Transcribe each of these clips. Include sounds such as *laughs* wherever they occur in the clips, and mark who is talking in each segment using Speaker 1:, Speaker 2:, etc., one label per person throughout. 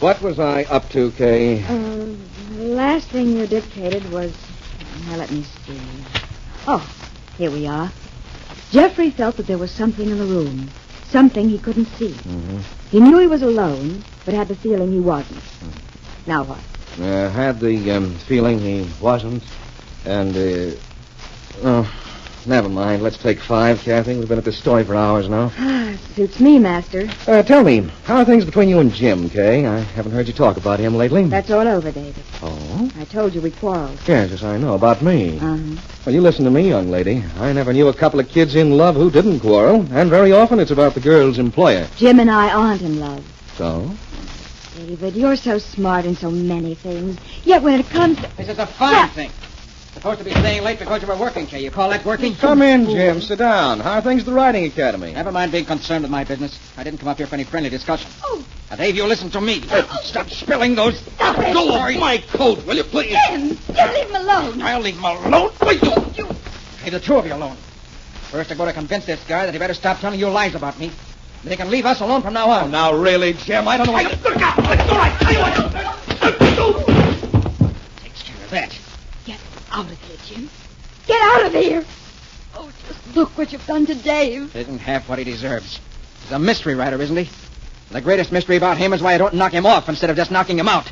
Speaker 1: what was I up to, Kay?
Speaker 2: Uh, the last thing you dictated was. Now, let me see. Oh, here we are. Jeffrey felt that there was something in the room, something he couldn't see.
Speaker 1: Mhm.
Speaker 2: He knew he was alone, but had the feeling he wasn't. Now what?
Speaker 1: Uh, had the um, feeling he wasn't, and uh, oh, never mind. Let's take five, Kathy. We've been at this story for hours now.
Speaker 2: Ah, suits me, Master.
Speaker 1: Uh, tell me, how are things between you and Jim, Kay? I haven't heard you talk about him lately.
Speaker 2: That's all over, David.
Speaker 1: Oh.
Speaker 2: I told you we quarreled.
Speaker 1: Yes, yes, I know about me.
Speaker 2: Uh-huh.
Speaker 1: Well, you listen to me, young lady. I never knew a couple of kids in love who didn't quarrel, and very often it's about the girl's employer.
Speaker 2: Jim and I aren't in love.
Speaker 1: So?
Speaker 2: David, you're so smart in so many things. Yet when it comes to...
Speaker 3: This is a fine
Speaker 2: Yeah.
Speaker 3: thing. Supposed to be staying late because you were working, Kay. You call that working?
Speaker 1: Come in, Jim. Sit down. How are things at the Riding Academy?
Speaker 3: Never mind being concerned with my business. I didn't come up here for any friendly discussion.
Speaker 2: Oh,
Speaker 3: Now, Dave, you listen to me. Stop spilling those.
Speaker 2: Stop it.
Speaker 3: Go off my coat, will you, please?
Speaker 2: Jim! Jim, leave him alone.
Speaker 3: I'll leave him alone. Will you? you? Hey, the two of you alone. First, I go to convince this guy that he better stop telling you lies about me. They can leave us alone from now on.
Speaker 1: Now, really, Jim, I don't know what...
Speaker 3: look out! It's all right. Tell you Takes care of that.
Speaker 2: Get out of here, Jim. Get out of here. Oh, just look what you've done to Dave.
Speaker 3: Isn't half what he deserves. He's a mystery writer, isn't he? And the greatest mystery about him is why I don't knock him off instead of just knocking him out.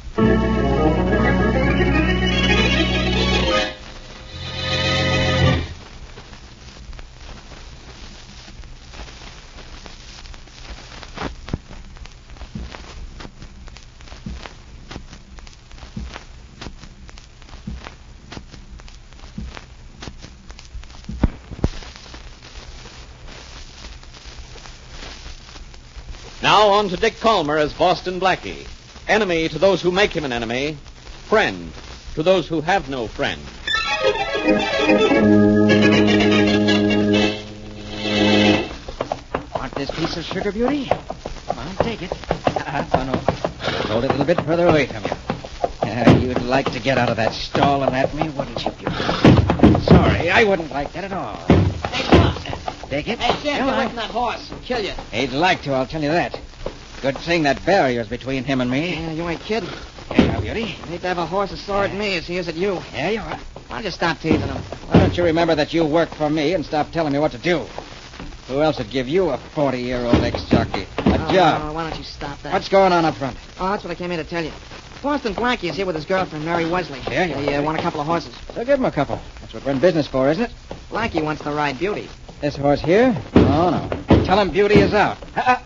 Speaker 4: Now on to Dick Calmer as Boston Blackie. Enemy to those who make him an enemy, friend to those who have no friend.
Speaker 3: Want this piece of sugar beauty? I'll take it. *laughs* oh, no. Hold it a little bit further away from you. Ah, you'd like to get out of that stall and at me, wouldn't you? beauty? Sorry, I wouldn't like that at all. Take it. Hey, Sam, on. that horse. Kill you. He'd like to, I'll tell you that. Good thing that barrier's between him and me. Yeah, you ain't kidding. Here you are, beauty. Hate to have a horse as sore at me as he is at you. Yeah, you are. Why don't you stop teasing him? Why don't you remember that you work for me and stop telling me what to do? Who else would give you a 40-year-old ex-jockey a
Speaker 5: Oh, no,
Speaker 3: job?
Speaker 5: why don't you stop that?
Speaker 3: What's going on up front?
Speaker 5: Oh, that's what I came here to tell you. Boston Blackie is here with his girlfriend, Mary Wesley.
Speaker 3: Yeah, yeah.
Speaker 5: They uh, want a couple of horses.
Speaker 3: So give him a couple. That's what we're in business for, isn't it?
Speaker 5: Blackie wants to ride Beauty.
Speaker 3: This horse here? Oh, no. Tell him beauty is out. Ha-ha.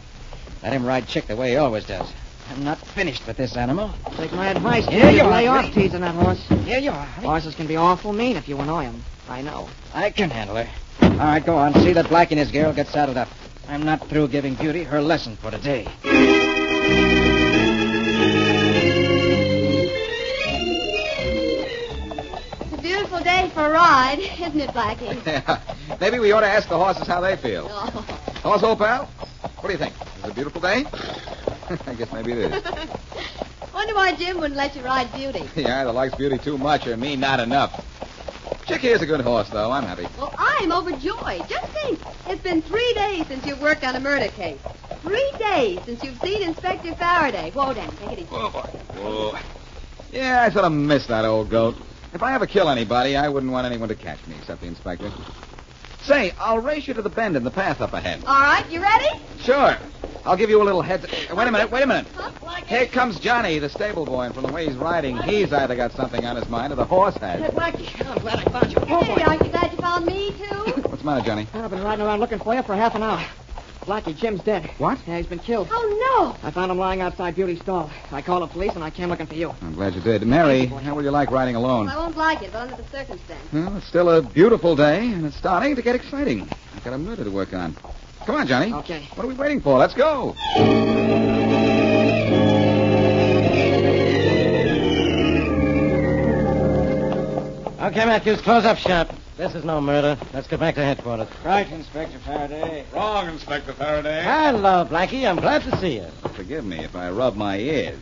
Speaker 3: Let him ride chick the way he always does. I'm not finished with this animal.
Speaker 5: Take my advice.
Speaker 3: Here
Speaker 5: kid.
Speaker 3: you are,
Speaker 5: Lay
Speaker 3: Billy.
Speaker 5: off teasing that horse.
Speaker 3: Here you are. honey.
Speaker 5: Horses can be awful mean if you annoy 'em. I know.
Speaker 3: Oh, I can handle her. All right, go on. See that Black and his girl get saddled up. I'm not through giving Beauty her lesson for today.
Speaker 6: It's a beautiful day for a ride, isn't it, Blackie?
Speaker 1: *laughs* Maybe we ought to ask the horses how they feel.
Speaker 6: Oh.
Speaker 1: Horse old pal, what do you think? Is it a beautiful day? *laughs* I guess maybe it is.
Speaker 6: *laughs* Wonder why Jim wouldn't let you ride Beauty.
Speaker 1: *laughs* Yeah, either likes beauty too much or me not enough. Chicky is a good horse, though. I'm happy.
Speaker 6: Well, I'm overjoyed. Just think, it's been three days since you've worked on a murder case. Three days since you've seen Inspector Faraday. Whoa, Dan, take it easy.
Speaker 1: Whoa, boy. Whoa. Yeah, I sort of miss that old goat. If I ever kill anybody, I wouldn't want anyone to catch me except the inspector. Say, I'll race you to the bend in the path up ahead.
Speaker 6: All right, you ready?
Speaker 1: Sure. I'll give you a little heads. Uh, Wait a minute, wait a minute.
Speaker 6: Huh, Blackie?
Speaker 1: Here comes Johnny, the stable boy, and from the way he's riding, he's either got something on his mind or the horse has.
Speaker 5: Blackie, I'm glad I found you.
Speaker 7: Oh,
Speaker 5: uh,
Speaker 6: Hey, aren't you glad you found me,
Speaker 7: *laughs*
Speaker 6: too?
Speaker 1: What's the matter, Johnny?
Speaker 5: Oh, I've been riding around looking for you for half an hour. Blackie, Jim's dead.
Speaker 1: What?
Speaker 5: Yeah, he's been killed.
Speaker 6: Oh,
Speaker 5: I found him lying outside Beauty's stall. I called the police and I came looking for you.
Speaker 1: I'm glad you did. Mary, how will you like riding
Speaker 6: no.
Speaker 1: alone?
Speaker 6: I won't like it, but under the circumstances.
Speaker 1: Well, it's still a beautiful day, and it's starting to get exciting. I've got a murder to work on. Come on, Johnny.
Speaker 5: Okay.
Speaker 1: What are we waiting for? Let's go.
Speaker 3: Okay, Matthews, close up shop. This is no murder. Let's get back to headquarters. Right, Inspector Faraday.
Speaker 4: Wrong, Inspector Faraday.
Speaker 3: Hello, Blackie. I'm glad to see you.
Speaker 1: Forgive me if I rub my ears.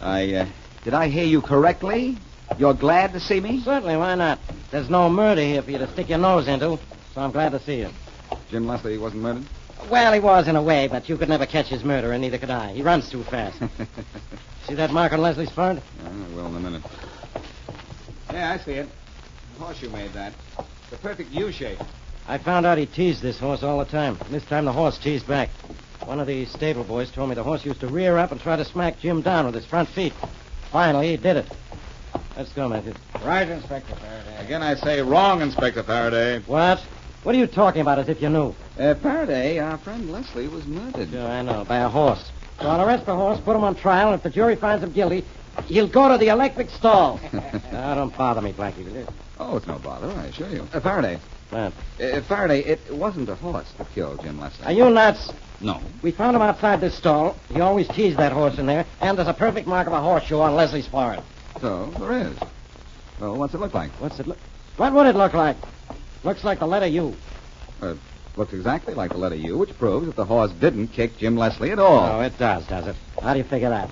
Speaker 1: I, uh, did I hear you correctly? You're glad to see me?
Speaker 3: Certainly, why not? There's no murder here for you to stick your nose into, so I'm glad to see you.
Speaker 1: Jim Leslie wasn't murdered? *laughs*
Speaker 5: Well, he was in a way, but you could never catch his murderer, and neither could I. He runs
Speaker 1: *laughs*
Speaker 5: too fast. See that mark on Leslie's forehead?
Speaker 1: Yeah, I will Ah, in a minute. Yeah, I see it. The horseshoe made that. The perfect U shape.
Speaker 5: I found out he teased this horse all the time. This time the horse teased back. One of the stable boys told me the horse used to rear up and try to smack Jim down with his front feet. Finally, he did it. Let's go, Matthew.
Speaker 3: Right, Inspector Faraday.
Speaker 1: Again, I say wrong, Inspector Faraday.
Speaker 5: What? What are you talking about as if you knew?
Speaker 1: Uh, Faraday, our friend Leslie was murdered.
Speaker 5: Sure, I know. By a horse. So I'll arrest the horse, put him on trial, and if the jury finds him guilty, he'll go to the electric stall. now, don't bother me, Blackie, will you?
Speaker 1: Oh, it's no bother, I assure you. Uh, Faraday,
Speaker 5: What?
Speaker 1: uh, Faraday, it wasn't a horse that killed Jim Leslie.
Speaker 5: Are you nuts?
Speaker 1: No.
Speaker 5: We found him outside this stall. He always teased that horse in there, and there's a perfect mark of a horseshoe on Leslie's forehead.
Speaker 1: So, there is. Well, what's it look like?
Speaker 5: What's it look? What would it look like? Looks like the letter U.
Speaker 1: It Uh, looks exactly like the letter U, which proves that the horse didn't kick Jim Leslie at all.
Speaker 5: Oh, it does, does it? How do you figure that?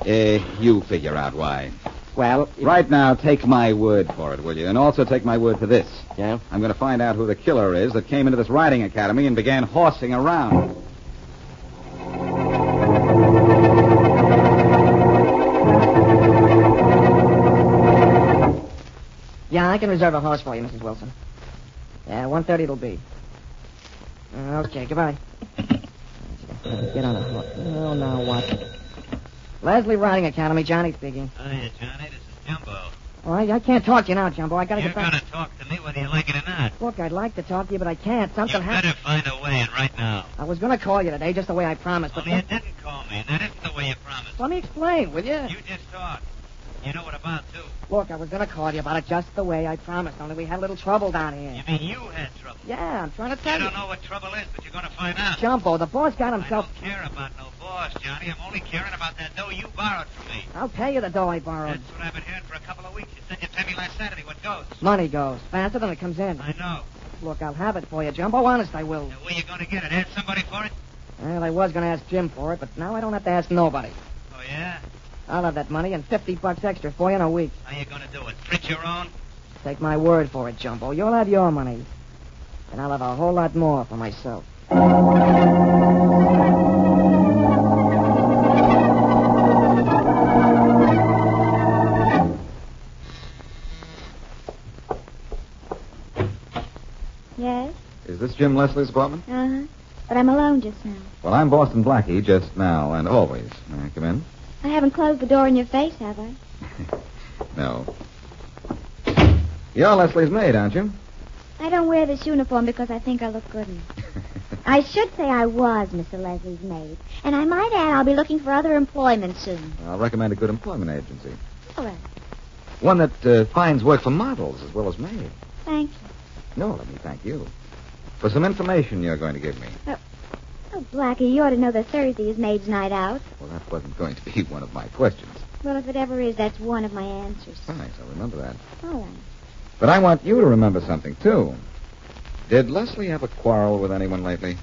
Speaker 1: Uh, you figure out why.
Speaker 5: Well, it-
Speaker 1: Right now, take my word for it, will you? And also take my word for this.
Speaker 5: Yeah.
Speaker 1: I'm going to find out who the killer is that came into this riding academy and began horsing around.
Speaker 7: Yeah, I can reserve a horse for you, Mrs. Wilson. Yeah, one thirty it'll be. Uh, Okay, goodbye. Get on the horse. Oh, now what? Leslie Riding Academy, Johnny speaking.
Speaker 8: Hiya, Oh, Johnny. This is Jumbo.
Speaker 7: All right, I can't talk to you now, Jumbo. I gotta
Speaker 8: You're
Speaker 7: get back.
Speaker 8: going to talk to me whether you like it or not.
Speaker 7: Look, I'd like to talk to you, but I can't.
Speaker 8: You
Speaker 7: Something happened.
Speaker 8: better find a way, and right now.
Speaker 7: I was gonna call you today, just the way I promised, but
Speaker 8: Only you didn't call me, and that isn't the way you promised.
Speaker 7: let me explain, will you?
Speaker 8: You just talk. You know what about, too.
Speaker 7: Look, I was gonna call you about it just the way I promised, only we had a little trouble down
Speaker 8: You
Speaker 7: here.
Speaker 8: mean you had trouble?
Speaker 7: Yeah, I'm trying to
Speaker 8: I
Speaker 7: tell you.
Speaker 8: don't know what trouble is, but you're going to find out.
Speaker 7: Jumbo, the boss got
Speaker 8: I
Speaker 7: himself.
Speaker 8: don't care about no boss, Johnny. I'm only caring about that dough you borrowed from me.
Speaker 7: I'll pay you the dough I borrowed.
Speaker 8: That's what I've been hearing for a couple of weeks. You said you'd pay me last Saturday. What goes?
Speaker 7: Money goes faster than it comes in.
Speaker 8: I know.
Speaker 7: Look, I'll have it for you, Jumbo. Honest, I will.
Speaker 8: Now, where you going to get it? Ask somebody for it?
Speaker 7: Well, I was going to ask Jim for it, but now I don't have to ask nobody.
Speaker 8: Oh, yeah?
Speaker 7: I'll have that money and 50 bucks extra for you in a week.
Speaker 8: How you going to do it? Print your own?
Speaker 7: Take my word for it, Jumbo. You'll have your money. And I'll have a whole lot more for myself.
Speaker 2: Yes?
Speaker 1: Is this Jim Leslie's apartment?
Speaker 2: Uh huh. But I'm alone just now.
Speaker 1: Well, I'm Boston Blackie just now and always. May I come in? *laughs*
Speaker 2: I haven't closed the door in your face, have I?
Speaker 1: No. You're Leslie's maid, aren't you? *laughs*
Speaker 2: I don't wear this uniform because I think I look good in it. I should say I was Mr. Leslie's maid. And I might add I'll be looking for other employment soon.
Speaker 1: I'll recommend a good employment agency.
Speaker 2: All right.
Speaker 1: One that uh, finds work for models as well as maids.
Speaker 2: Thank you.
Speaker 1: No, let me thank you. For some information you're going to give me.
Speaker 2: Oh, Blackie, you ought to know that Thursday is maid's night out.
Speaker 1: Well, that wasn't going to be *laughs* one of my questions.
Speaker 2: Well, if it ever is, that's one of my answers.
Speaker 1: Thanks, I remember that.
Speaker 2: All right.
Speaker 1: But I want you to remember something, too. Did Leslie have a quarrel with anyone lately?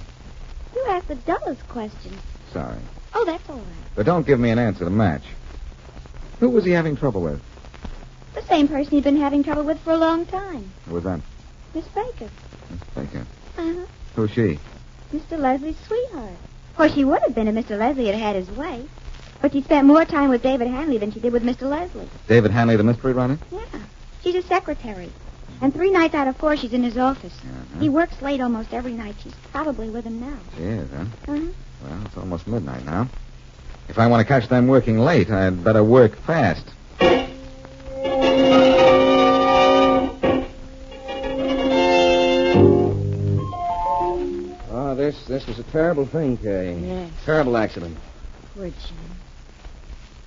Speaker 2: You asked the dullest question.
Speaker 1: Sorry.
Speaker 2: Oh, that's all right.
Speaker 1: But don't give me an answer to match. Who was he having trouble with?
Speaker 2: The same person he'd been having trouble with for a long time.
Speaker 1: Who was that?
Speaker 2: Miss Baker.
Speaker 1: Miss Baker.
Speaker 2: Uh-huh.
Speaker 1: Who's she?
Speaker 2: Mr. Leslie's sweetheart. Of course, she would have been if Mr. Leslie had had his way. But she spent more time with David Hanley than she did with Mr. Leslie.
Speaker 1: David Hanley, the mystery runner?
Speaker 2: Yeah. She's his secretary. And three nights out of four, she's in his office.
Speaker 1: Uh-huh.
Speaker 2: He works late almost every night. She's probably with him now.
Speaker 1: She is, huh?
Speaker 2: Uh-huh.
Speaker 1: Well, it's almost midnight now. If I want to catch them working late, I'd better work fast.
Speaker 3: Oh, this this was a terrible thing, Kay.
Speaker 2: Yes.
Speaker 3: Terrible accident.
Speaker 2: Poor Jim.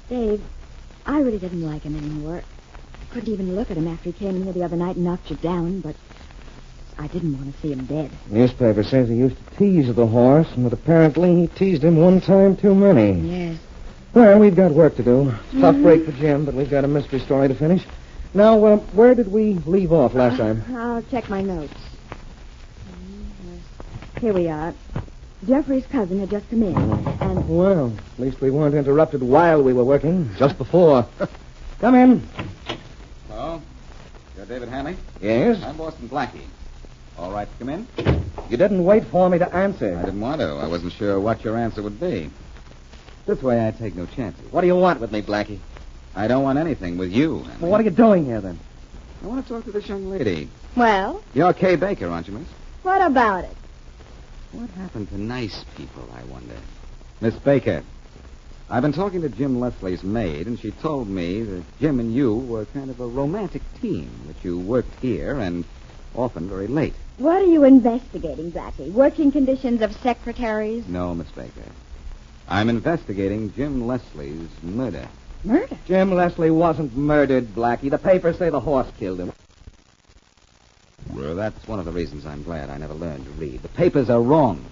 Speaker 2: Dave, I really didn't like him anymore. I couldn't even look at him after he came in here the other night and knocked you down, but I didn't want to see him dead.
Speaker 3: Newspaper says he used to tease the horse, and that apparently he teased him one time too many.
Speaker 2: Yes.
Speaker 3: Well, we've got work to do. Tough
Speaker 9: Mm-hmm.
Speaker 3: break for Jim, but we've got a mystery story to finish. Now, uh, where did we leave off last
Speaker 9: Ah.
Speaker 3: time?
Speaker 2: Uh, I'll check my notes. Here we are. Jeffrey's cousin had just come in,
Speaker 3: Mm-hmm.
Speaker 2: and
Speaker 3: Well, at least we weren't interrupted while we were working, just before. Come in.
Speaker 1: Oh? You're David Hanley?
Speaker 3: Yes?
Speaker 1: I'm Boston Blackie. All right, come in.
Speaker 9: You didn't wait for me to
Speaker 1: I
Speaker 9: answer.
Speaker 1: didn't want to. I wasn't sure what your answer would be. This way, I take no chances.
Speaker 9: What do you want with me, Blackie?
Speaker 1: I don't want anything with you. Henry.
Speaker 9: Well, what are you doing here, then?
Speaker 1: I want to talk to this young lady.
Speaker 6: Well,
Speaker 1: You're Kay Baker, aren't you, Miss?
Speaker 6: what about it?
Speaker 1: What happened to nice people, I wonder? Miss Baker, I've been talking to Jim Leslie's maid, and she told me that Jim and you were kind of a romantic team, that you worked here and often very late.
Speaker 6: What are you investigating, Blackie? Working conditions of secretaries?
Speaker 1: No, Miss Baker. I'm investigating Jim Leslie's murder.
Speaker 2: Murder?
Speaker 9: Jim Leslie wasn't murdered, Blackie. The papers say the horse killed him.
Speaker 1: Well, that's one of the reasons I'm glad I never learned to read. The papers are wrong.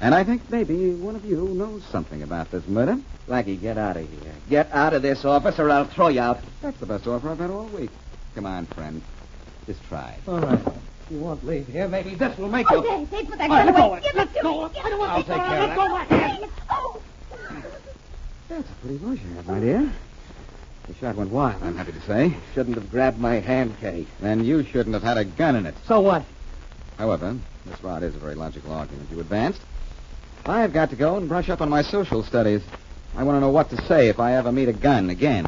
Speaker 1: And I think maybe one of you knows something about this murder.
Speaker 9: Blackie, get out of here. Get out of this office, or I'll throw you out.
Speaker 1: That's the best offer I've had all week. Come on, friend. Just try it.
Speaker 9: All right. *laughs* You won't leave here. Maybe this will make
Speaker 6: Oh,
Speaker 9: you.
Speaker 6: Dave, Dave, put that
Speaker 9: All right,
Speaker 6: gun
Speaker 9: let go
Speaker 6: away.
Speaker 9: of it.
Speaker 6: Give
Speaker 9: Let
Speaker 6: it to
Speaker 9: go
Speaker 6: me.
Speaker 9: of it.
Speaker 6: Give it
Speaker 9: I'll
Speaker 6: to
Speaker 9: take
Speaker 6: me.
Speaker 9: care of
Speaker 6: Let
Speaker 9: that.
Speaker 6: go of it. Oh.
Speaker 1: That's a pretty voice you have, my dear. The shot went wild, I'm happy to say.
Speaker 9: Shouldn't have grabbed my hand, Kay.
Speaker 1: Then you shouldn't have had a gun in it.
Speaker 9: So what?
Speaker 1: However, this rod is a very logical argument you advanced. I've got to go and brush up on my social studies. I want to know what to say if I ever meet a gun again.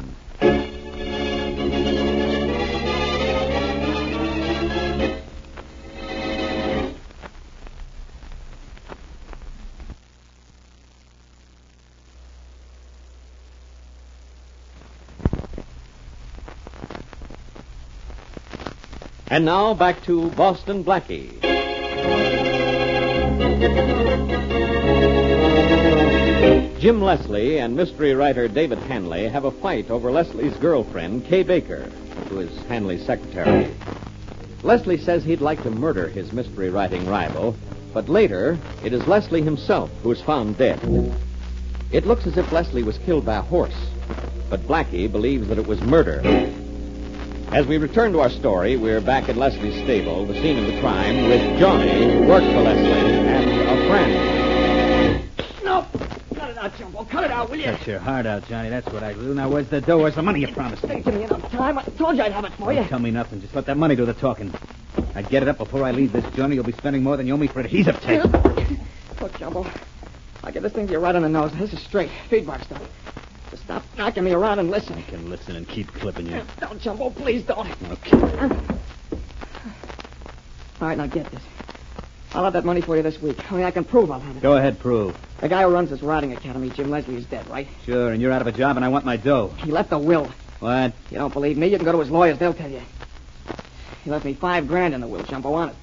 Speaker 4: And now back to Boston Blackie. Jim Leslie and mystery writer David Hanley have a fight over Leslie's girlfriend, Kay Baker, who is Hanley's secretary. Leslie says he'd like to murder his mystery writing rival, but later it is Leslie himself who is found dead. It looks as if Leslie was killed by a horse, but Blackie believes that it was murder. As we return to our story, we're back at Leslie's stable, the scene of the crime, with Johnny, who worked for Leslie, and a friend.
Speaker 8: No! Cut it out, Jumbo. Cut it out, will you?
Speaker 5: Cut your heart out, Johnny. That's what I do. Now, where's the dough? Where's the money you promised me?
Speaker 7: Give me enough time. I told you I'd have it for you.
Speaker 5: Don't tell me nothing. Just let that money do the talking. I get it up before I leave this journey. You'll be spending more than you owe me for adhesive tape.
Speaker 7: Look, Jumbo. I'll get this thing to you right on the nose. This is straight. Feed mark stuff. Just stop knocking me around and listen.
Speaker 5: I can listen and keep clipping you.
Speaker 7: Don't, Jumbo. Please don't.
Speaker 5: Okay.
Speaker 7: All right, now get this. I'll have that money for you this week. Only I can prove I'll have it.
Speaker 5: Go ahead, prove.
Speaker 7: The guy who runs this riding academy, Jim Leslie, is dead, right?
Speaker 5: Sure, and you're out of a job, and I want my dough.
Speaker 7: He left a will.
Speaker 5: What?
Speaker 7: If you don't believe me, you can go to his lawyers. They'll tell you. He left me five grand in the will, Jumbo, on it.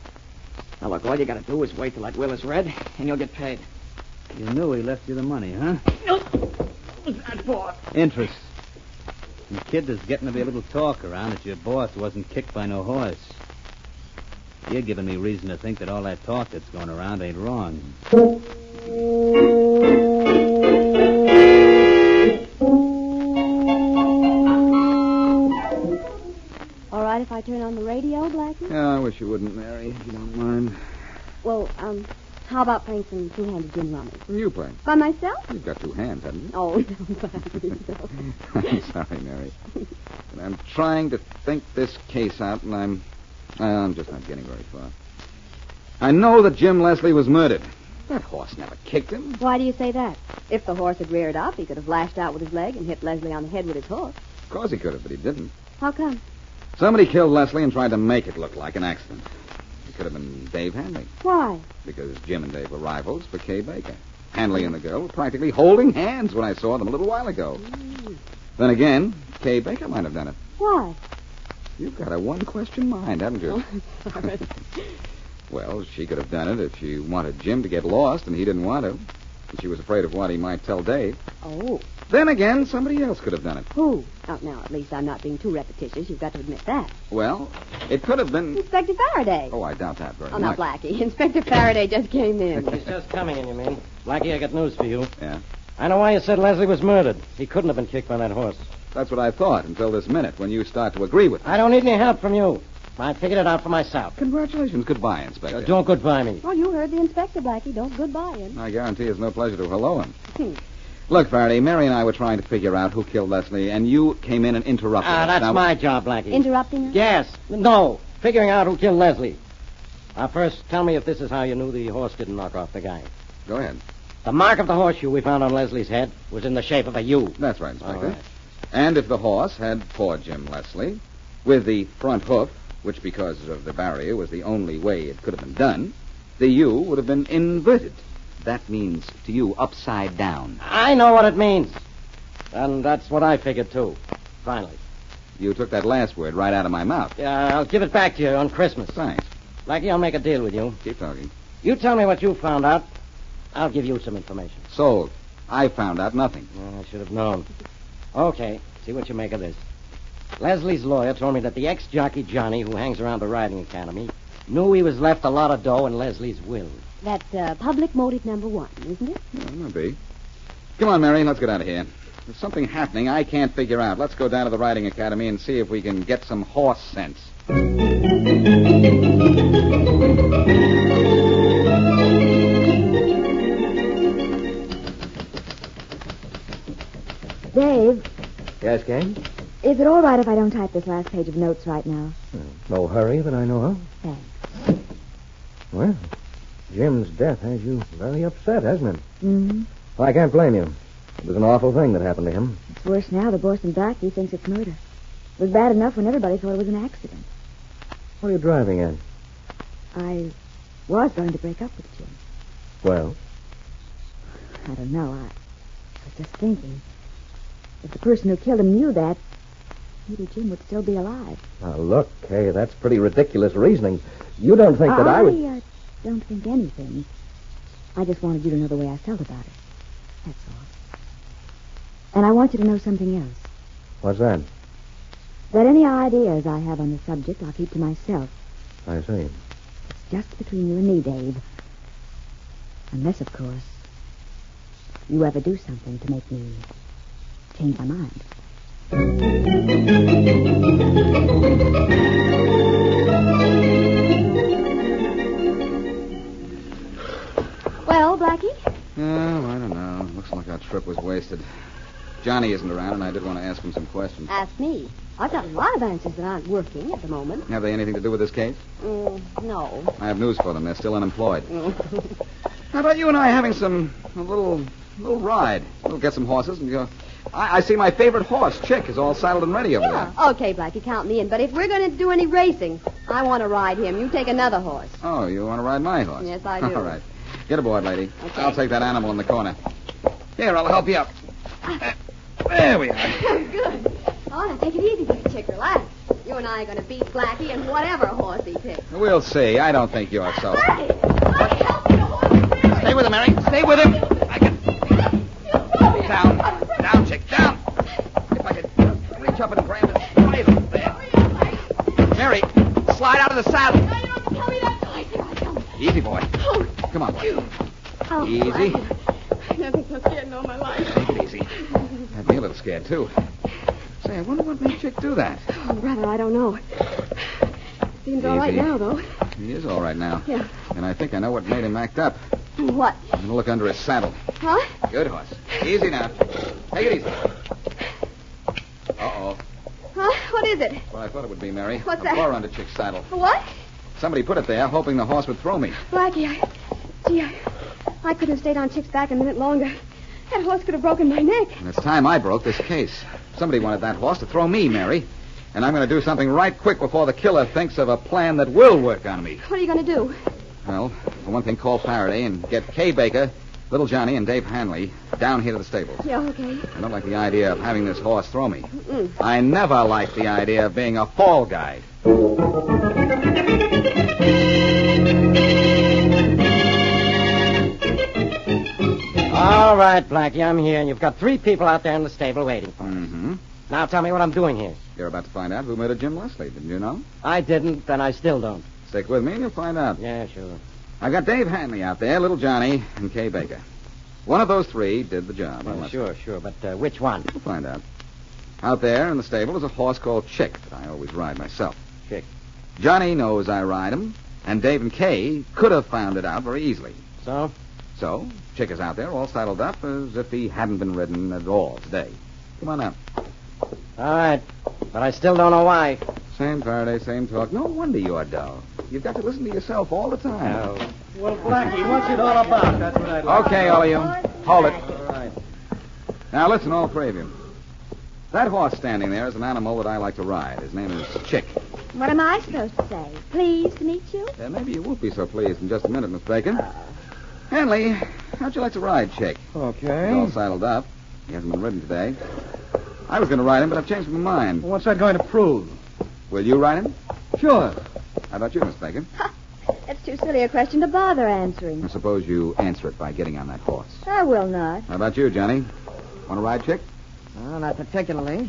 Speaker 7: Now, look, all you gotta do is wait till that will is read, and you'll get paid.
Speaker 5: You knew he left you the money, huh?
Speaker 7: What's that for?
Speaker 5: Interest. The kid is getting to be a little talk around that your boss wasn't kicked by no horse. You're giving me reason to think that all that talk that's going around ain't wrong.
Speaker 6: All right, if I turn on the radio, Blackie?
Speaker 1: Yeah, I wish you wouldn't, Mary, if you don't mind.
Speaker 6: Well, um, how about playing some two-handed gin rummy?
Speaker 1: You play.
Speaker 6: By myself?
Speaker 1: You've got two hands, haven't you?
Speaker 6: Oh, *laughs* no, Blackie, no.
Speaker 1: *laughs* I'm sorry, Mary. But I'm trying to think this case out, and I'm. uh, I'm just not getting very far. I know that Jim Leslie was murdered. That horse never kicked him.
Speaker 6: Why do you say that? If the horse had reared up, he could have lashed out with his leg and hit Leslie on the head with his hoof.
Speaker 1: Of course he could have, but he didn't.
Speaker 6: How come?
Speaker 1: Somebody killed Leslie and tried to make it look like an accident. It could have been Dave Hanley,
Speaker 6: Why?
Speaker 1: because Jim and Dave were rivals for Kay Baker. Hanley and the girl were practically holding hands when I saw them a little while ago.
Speaker 6: Mm.
Speaker 1: Then again, Kay Baker might have done it.
Speaker 6: Why? *laughs* Oh,
Speaker 1: You've got a one question mind, haven't you?
Speaker 6: sorry.
Speaker 1: *laughs* well, she could have done it if she wanted Jim to get lost, and he didn't want to. And she was afraid of what he might tell Dave.
Speaker 6: Oh,
Speaker 1: Then again, somebody else could have done it.
Speaker 6: who? Oh, now, at least I'm not being too repetitious. You've got to admit that.
Speaker 1: Well, it could have been.
Speaker 6: Inspector Faraday.
Speaker 1: Oh, I doubt that very
Speaker 6: Oh, now,
Speaker 1: much.
Speaker 6: Blackie, *laughs* Inspector Faraday just came in.
Speaker 9: *laughs*
Speaker 5: He's just coming in, you mean? Blackie, I got news for you.
Speaker 1: Yeah.
Speaker 5: I know why you said Leslie was murdered. He couldn't have been kicked by that horse.
Speaker 1: That's what I thought until this minute when you start to agree with me.
Speaker 5: I don't need any help from you. I figured it out for myself.
Speaker 1: Congratulations. Goodbye,
Speaker 5: So
Speaker 1: Inspector.
Speaker 5: Uh, don't goodbye me.
Speaker 6: Oh, you heard the inspector, Blackie. Don't goodbye
Speaker 9: *laughs*
Speaker 6: him.
Speaker 1: I guarantee it's no pleasure to hello him.
Speaker 6: Hmm.
Speaker 1: Look, Faraday, Mary and I were trying to figure out who killed Leslie, and you came in and interrupted
Speaker 5: Ah,
Speaker 1: us.
Speaker 5: that's
Speaker 1: Now,
Speaker 5: my job, Blackie.
Speaker 6: Interrupting her?
Speaker 5: Yes. No. Figuring out who killed Leslie. Now, first, tell me if this is how you knew the horse didn't knock off the guy.
Speaker 1: Go ahead.
Speaker 5: The mark of the horseshoe we found on Leslie's head was in the shape of a U.
Speaker 1: That's right, Inspector.
Speaker 5: All right.
Speaker 1: And if the horse had poor Jim Leslie with the front hoof, which because of the barrier was the only way it could have been done, the U would have been inverted. That means to you upside down.
Speaker 5: I know what it means. And that's what I figured, too. Finally.
Speaker 1: You took that last word right out of my mouth.
Speaker 5: Yeah, I'll give it back to you on Christmas.
Speaker 1: Thanks.
Speaker 5: Blackie, I'll make a deal with you.
Speaker 1: Keep talking.
Speaker 5: You tell me what you found out. I'll give you some information.
Speaker 1: Sold. I found out nothing.
Speaker 5: Well, I should have known. Okay, see what you make of this. Leslie's lawyer told me that the ex jockey Johnny, who hangs around the riding academy, knew he was left a lot of dough in Leslie's will.
Speaker 10: That's uh, public motive number one, isn't it?
Speaker 1: Yeah, maybe. Come on, Mary, let's get out of here. There's something happening I can't figure out. Let's go down to the riding academy and see if we can get some horse sense.
Speaker 10: Dave,
Speaker 9: Yes, gang?
Speaker 10: is it all right if I don't type this last page of notes right now?
Speaker 9: No hurry that I know of.
Speaker 10: Thanks.
Speaker 9: Well, Jim's death has you very upset, hasn't it?
Speaker 10: Mm-hmm.
Speaker 9: Well, I can't blame you. It was an awful thing that happened to him.
Speaker 10: It's worse now. The Boston Blackie thinks it's murder. It was bad enough when everybody thought it was an accident.
Speaker 9: What are you driving at?
Speaker 10: I was going to break up with Jim.
Speaker 9: Well,
Speaker 10: I don't know. I, I was just thinking. If the person who killed him knew that, maybe Jim would still be alive.
Speaker 9: now look, Kay, that's pretty ridiculous reasoning. You don't think that I would.
Speaker 10: I uh, don't think anything. I just wanted you to know the way I felt about it. That's all. And I want you to know something else.
Speaker 9: What's that?
Speaker 10: That any ideas I have on the subject I'll keep to myself.
Speaker 9: I see.
Speaker 10: It's just between you and me, Dave. Unless, of course, you ever do something to make me change my mind. Well, Blackie?
Speaker 1: Oh, I don't know. Looks like our trip was wasted. Johnny isn't around, and I did want to ask him some questions.
Speaker 10: Ask me. I've got a lot of answers that aren't working at the moment.
Speaker 1: Have they anything to do with this case?
Speaker 10: Mm, no.
Speaker 1: I have news for them. They're still unemployed. How about you and I having some a little little ride? We'll get some horses and go. I, I see my favorite horse, Chick, is all saddled and ready over
Speaker 6: Yeah.
Speaker 1: there.
Speaker 6: Okay, Blackie, count me in. But if we're going to do any racing, I want to ride him. You take another horse.
Speaker 1: Oh, you want to ride my horse?
Speaker 6: Yes, I do.
Speaker 1: *laughs* All right. Get aboard, lady.
Speaker 6: Okay.
Speaker 1: I'll take that animal in the corner. Here, I'll help you up.
Speaker 6: Ah.
Speaker 1: There we are.
Speaker 6: *laughs* Good. All right, Oh, take it easy, Mr. Chick. Relax. You and I are going to beat Blackie and whatever horse he picks.
Speaker 1: We'll see. I don't think you're so.
Speaker 6: Blackie! Blackie, help me! The horse is
Speaker 1: Stay with him, Mary. Stay with him. I can. Down. Down, Chick. Down. If I could reach up and grab his bridle. There. Mary, slide out of the saddle.
Speaker 6: Now, you don't tell me that twice. Here I come.
Speaker 1: Easy, boy. Come on, boy. Easy.
Speaker 6: Oh, I've never been so scared in all my life.
Speaker 1: Take it easy. Had me a little scared, too. Say, I wonder what made Chick do that.
Speaker 6: Oh, brother, I don't know. Seems all right
Speaker 1: Easy.
Speaker 6: now, though.
Speaker 1: He is all right now.
Speaker 6: Yeah.
Speaker 1: And I think I know what made him act up.
Speaker 6: What?
Speaker 1: I'm going to look under his saddle.
Speaker 6: Huh?
Speaker 1: Good horse. Easy now. Take it easy. Uh-oh.
Speaker 6: Huh? What is it?
Speaker 1: Well, I thought it would be, Mary.
Speaker 6: What's
Speaker 1: a
Speaker 6: that?
Speaker 1: bar under Chick's saddle.
Speaker 6: What?
Speaker 1: Somebody put it there, hoping the horse would throw me.
Speaker 6: Blackie, I. Gee, I, I couldn't have stayed on Chick's back a minute longer. That horse could have broken my neck.
Speaker 1: And it's time I broke this case. Somebody wanted that horse to throw me, Mary. And I'm going to do something right quick before the killer thinks of a plan that will work on me.
Speaker 6: What are you going to do?
Speaker 1: Well, for one thing, call Faraday and get Kay Baker, Little Johnny, and Dave Hanley down here to the stables.
Speaker 6: Yeah, okay.
Speaker 1: I don't like the idea of having this horse throw me.
Speaker 6: Mm-mm.
Speaker 1: I never liked the idea of being a fall guy.
Speaker 5: All right, Blackie, I'm here, and you've got three people out there in the stable waiting.
Speaker 1: Mm-hmm.
Speaker 5: Now tell me what I'm doing here.
Speaker 1: You're about to find out who murdered Jim Leslie, didn't you know?
Speaker 5: I didn't, and I still don't.
Speaker 1: Stick with me and you'll find out.
Speaker 5: Yeah, sure.
Speaker 1: I've got Dave Hanley out there, Little Johnny, and Kay Baker. One of those three did the job.
Speaker 5: Well,
Speaker 1: unless-
Speaker 5: sure, sure, but uh, which one?
Speaker 1: We'll find out. Out there in the stable is a horse called Chick that I always ride myself.
Speaker 5: Chick.
Speaker 1: Johnny knows I ride him, and Dave and Kay could have found it out very easily.
Speaker 5: So?
Speaker 1: So, Chick is out there all saddled up as if he hadn't been ridden at all today. Come on up.
Speaker 5: All right, but I still don't know why.
Speaker 1: Same Faraday, same talk. No wonder you're dull. You've got to listen to yourself all the time.
Speaker 5: Well, Blackie, what's it all about? That's what I'd
Speaker 1: Okay, all of you. Hold it. Now, listen, all three of you. That horse standing there is an animal that I like to ride. His name is Chick.
Speaker 10: What am I supposed to say? Pleased to meet you?
Speaker 1: Uh, maybe you won't be so pleased in just a minute, Miss Bacon. Hanley, how'd you like to ride Chick?
Speaker 9: Okay.
Speaker 1: He's all saddled up. He hasn't been ridden today. I was going to ride him, but I've changed my mind.
Speaker 9: What's that going to prove?
Speaker 1: Will you ride him?
Speaker 9: Sure.
Speaker 1: How about you, Miss Bacon?
Speaker 10: It's too silly a question to bother answering.
Speaker 1: I suppose you answer it by getting on that horse.
Speaker 10: I will not.
Speaker 1: How about you, Johnny? Want to ride Chick?
Speaker 7: Well, not particularly,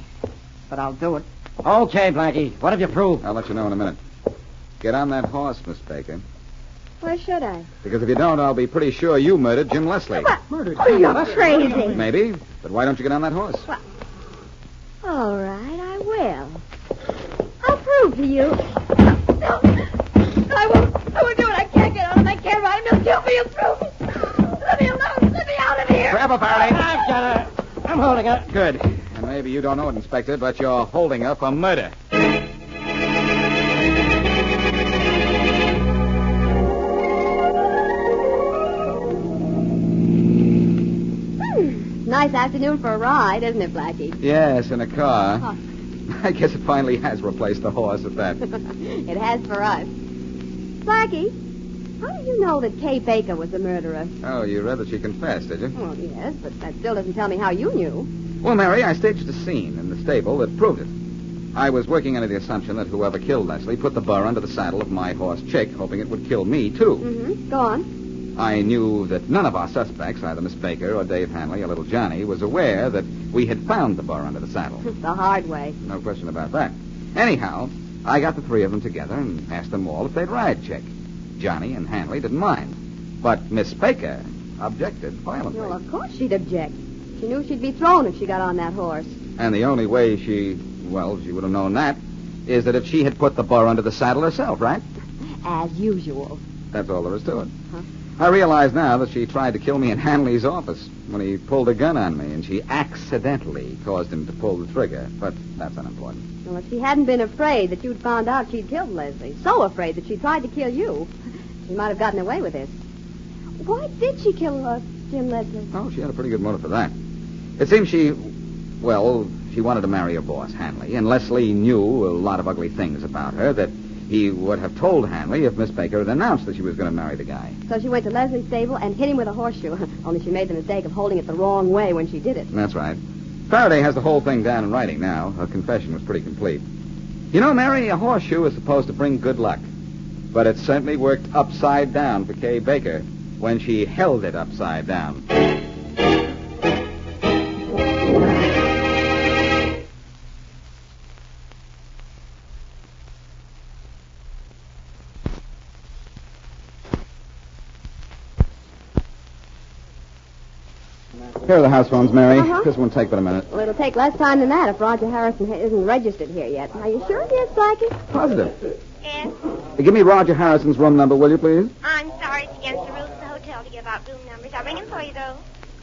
Speaker 7: but I'll do it.
Speaker 5: Okay, Blackie. What have you proved?
Speaker 1: I'll let you know in a minute. Get on that horse, Miss Bacon.
Speaker 10: Why should I?
Speaker 1: Because if you don't, I'll be pretty sure you murdered Jim Leslie.
Speaker 10: What? Murdered oh, you're crazy.
Speaker 1: Maybe. But why don't you get on that horse?
Speaker 10: All right, I will. I'll prove to you.
Speaker 6: No. No, I won't. I won't do it. I can't get on him. I can't ride him. He'll kill me. He'll prove it. Let me alone. Let me out of here.
Speaker 1: Grab her, Faraday.
Speaker 5: I've got her. I'm holding her.
Speaker 1: Good. And maybe you don't know it, Inspector, but you're holding her for murder.
Speaker 6: Hmm. Nice afternoon for a ride, isn't it, Blackie? *laughs*
Speaker 1: Yes, in a car.
Speaker 6: Oh.
Speaker 1: I guess it finally has replaced the horse at that.
Speaker 6: it has for us. Blackie, how do you know that Kay Baker was the murderer?
Speaker 1: Oh, you read that she confessed, did you?
Speaker 6: Well, yes, but that still doesn't tell me how you knew.
Speaker 1: Well, Mary, I staged a scene in the stable that proved it. I was working under the assumption that whoever killed Leslie put the burr under the saddle of my horse, Chick, hoping it would kill me, too.
Speaker 6: Mm-hmm. Go on. *laughs*
Speaker 1: I knew that none of our suspects, either Miss Baker or Dave Hanley or little Johnny, was aware that we had found the burr under the saddle.
Speaker 6: the hard way.
Speaker 1: No question about that. Anyhow, I got the three of them together and asked them all if they'd ride Chick. Johnny and Hanley didn't mind. But Miss Baker objected violently.
Speaker 6: Well, of course she'd object. She knew she'd be thrown if she got on that horse.
Speaker 1: And the only way she, well, she would have known that, is that if she had put the burr under the saddle herself, right?
Speaker 6: As usual.
Speaker 1: That's all there is to it. I realize now that she tried to kill me in Hanley's office when he pulled a gun on me, and she accidentally caused him to pull the trigger. But that's unimportant.
Speaker 6: Well, if she hadn't been afraid that you'd found out she'd killed Leslie, so afraid that she tried to kill you, *laughs* she might have gotten away with this.
Speaker 10: Why did she kill uh, Jim Leslie?
Speaker 1: Oh, she had a pretty good motive for that. It seems she, well, she wanted to marry her boss, Hanley, and Leslie knew a lot of ugly things about her that he would have told Hanley if Miss Baker had announced that she was going to marry the guy.
Speaker 6: So she went to Leslie's stable and hit him with a horseshoe, *laughs* only she made the mistake of holding it the wrong way when she did it.
Speaker 1: That's right. Faraday has the whole thing down in writing now. Her confession was pretty complete. You know, Mary, a horseshoe is supposed to bring good luck. But it certainly worked upside down for Kay Baker when she held it upside down. Here are the house phones, Mary.
Speaker 6: Uh-huh.
Speaker 1: This won't take but a minute.
Speaker 6: Well, it'll take less time than that if Roger Harrison isn't registered here yet. Are you sure? Yes, Blackie.
Speaker 1: Positive.
Speaker 11: Yes,
Speaker 1: Give me Roger Harrison's room number, will you, please?
Speaker 11: I'm sorry it's against the rules of the hotel to give out room numbers. I'll ring him for you, though.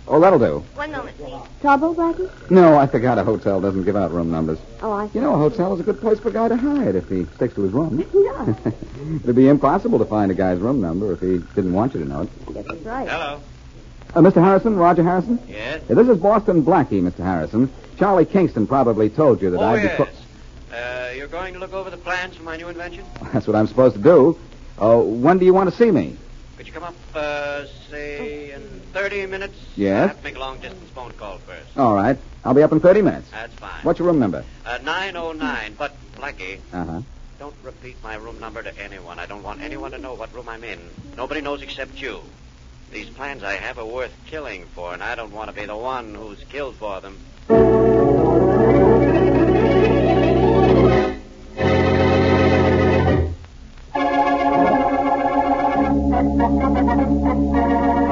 Speaker 1: Oh, that'll do.
Speaker 11: One moment, please.
Speaker 6: Trouble, Blackie?
Speaker 1: No, I forgot a hotel doesn't give out room numbers.
Speaker 6: Oh, I
Speaker 1: You know, a hotel is a good place for a guy to hide if he sticks to his room.
Speaker 6: Yeah,
Speaker 1: *laughs* It'd be impossible to find a guy's room number if he didn't want you to know it.
Speaker 6: I guess that's right.
Speaker 8: Hello.
Speaker 1: Uh, Mr. Harrison, Roger Harrison?
Speaker 8: Yes.
Speaker 1: Uh, This is Boston Blackie, Mr. Harrison. Charlie Kingston probably told you that
Speaker 8: oh,
Speaker 1: I'd
Speaker 8: yes.
Speaker 1: be.
Speaker 8: Uh, you're going to look over the plans for my new invention?
Speaker 1: co- *laughs* That's what I'm supposed to do. Uh, when do you want to see me?
Speaker 8: Could you come up, uh, say, in 30 minutes?
Speaker 1: Yes.
Speaker 8: I have to make a long-distance phone call first.
Speaker 1: All right. I'll be up in 30 minutes.
Speaker 8: That's fine.
Speaker 1: What's your room number?
Speaker 8: Uh, 909, but, Blackie,
Speaker 1: Uh huh.
Speaker 8: don't repeat my room number to anyone. I don't want anyone to know what room I'm in. Nobody knows except you. These plans I have are worth killing for, and I don't want to be the one who's killed for them.
Speaker 11: Thank you.